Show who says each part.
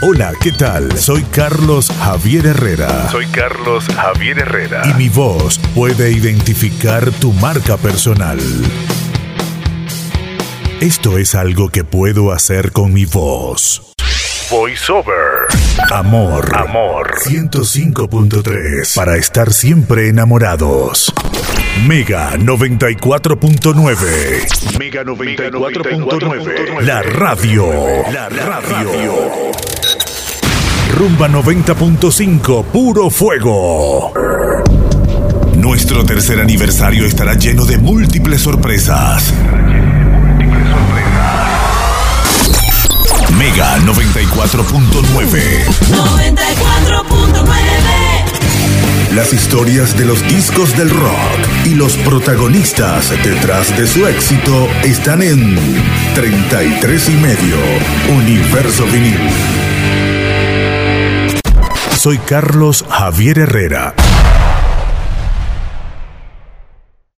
Speaker 1: Hola, ¿qué tal? Soy Carlos Javier Herrera.
Speaker 2: Soy Carlos Javier Herrera.
Speaker 1: Y mi voz puede identificar tu marca personal. Esto es algo que puedo hacer con mi voz.
Speaker 2: VoiceOver.
Speaker 1: Amor.
Speaker 2: Amor.
Speaker 1: 105.3. Para estar siempre enamorados. Mega 94.9.
Speaker 2: Mega 94.9.
Speaker 1: La radio. La radio. Rumba 90.5. Puro fuego. Nuestro tercer aniversario estará lleno de múltiples sorpresas. Mega 94.9.
Speaker 3: 94.9
Speaker 1: Las historias de los discos del rock y los protagonistas detrás de su éxito están en 33 y medio Universo Vinil. Soy Carlos Javier Herrera.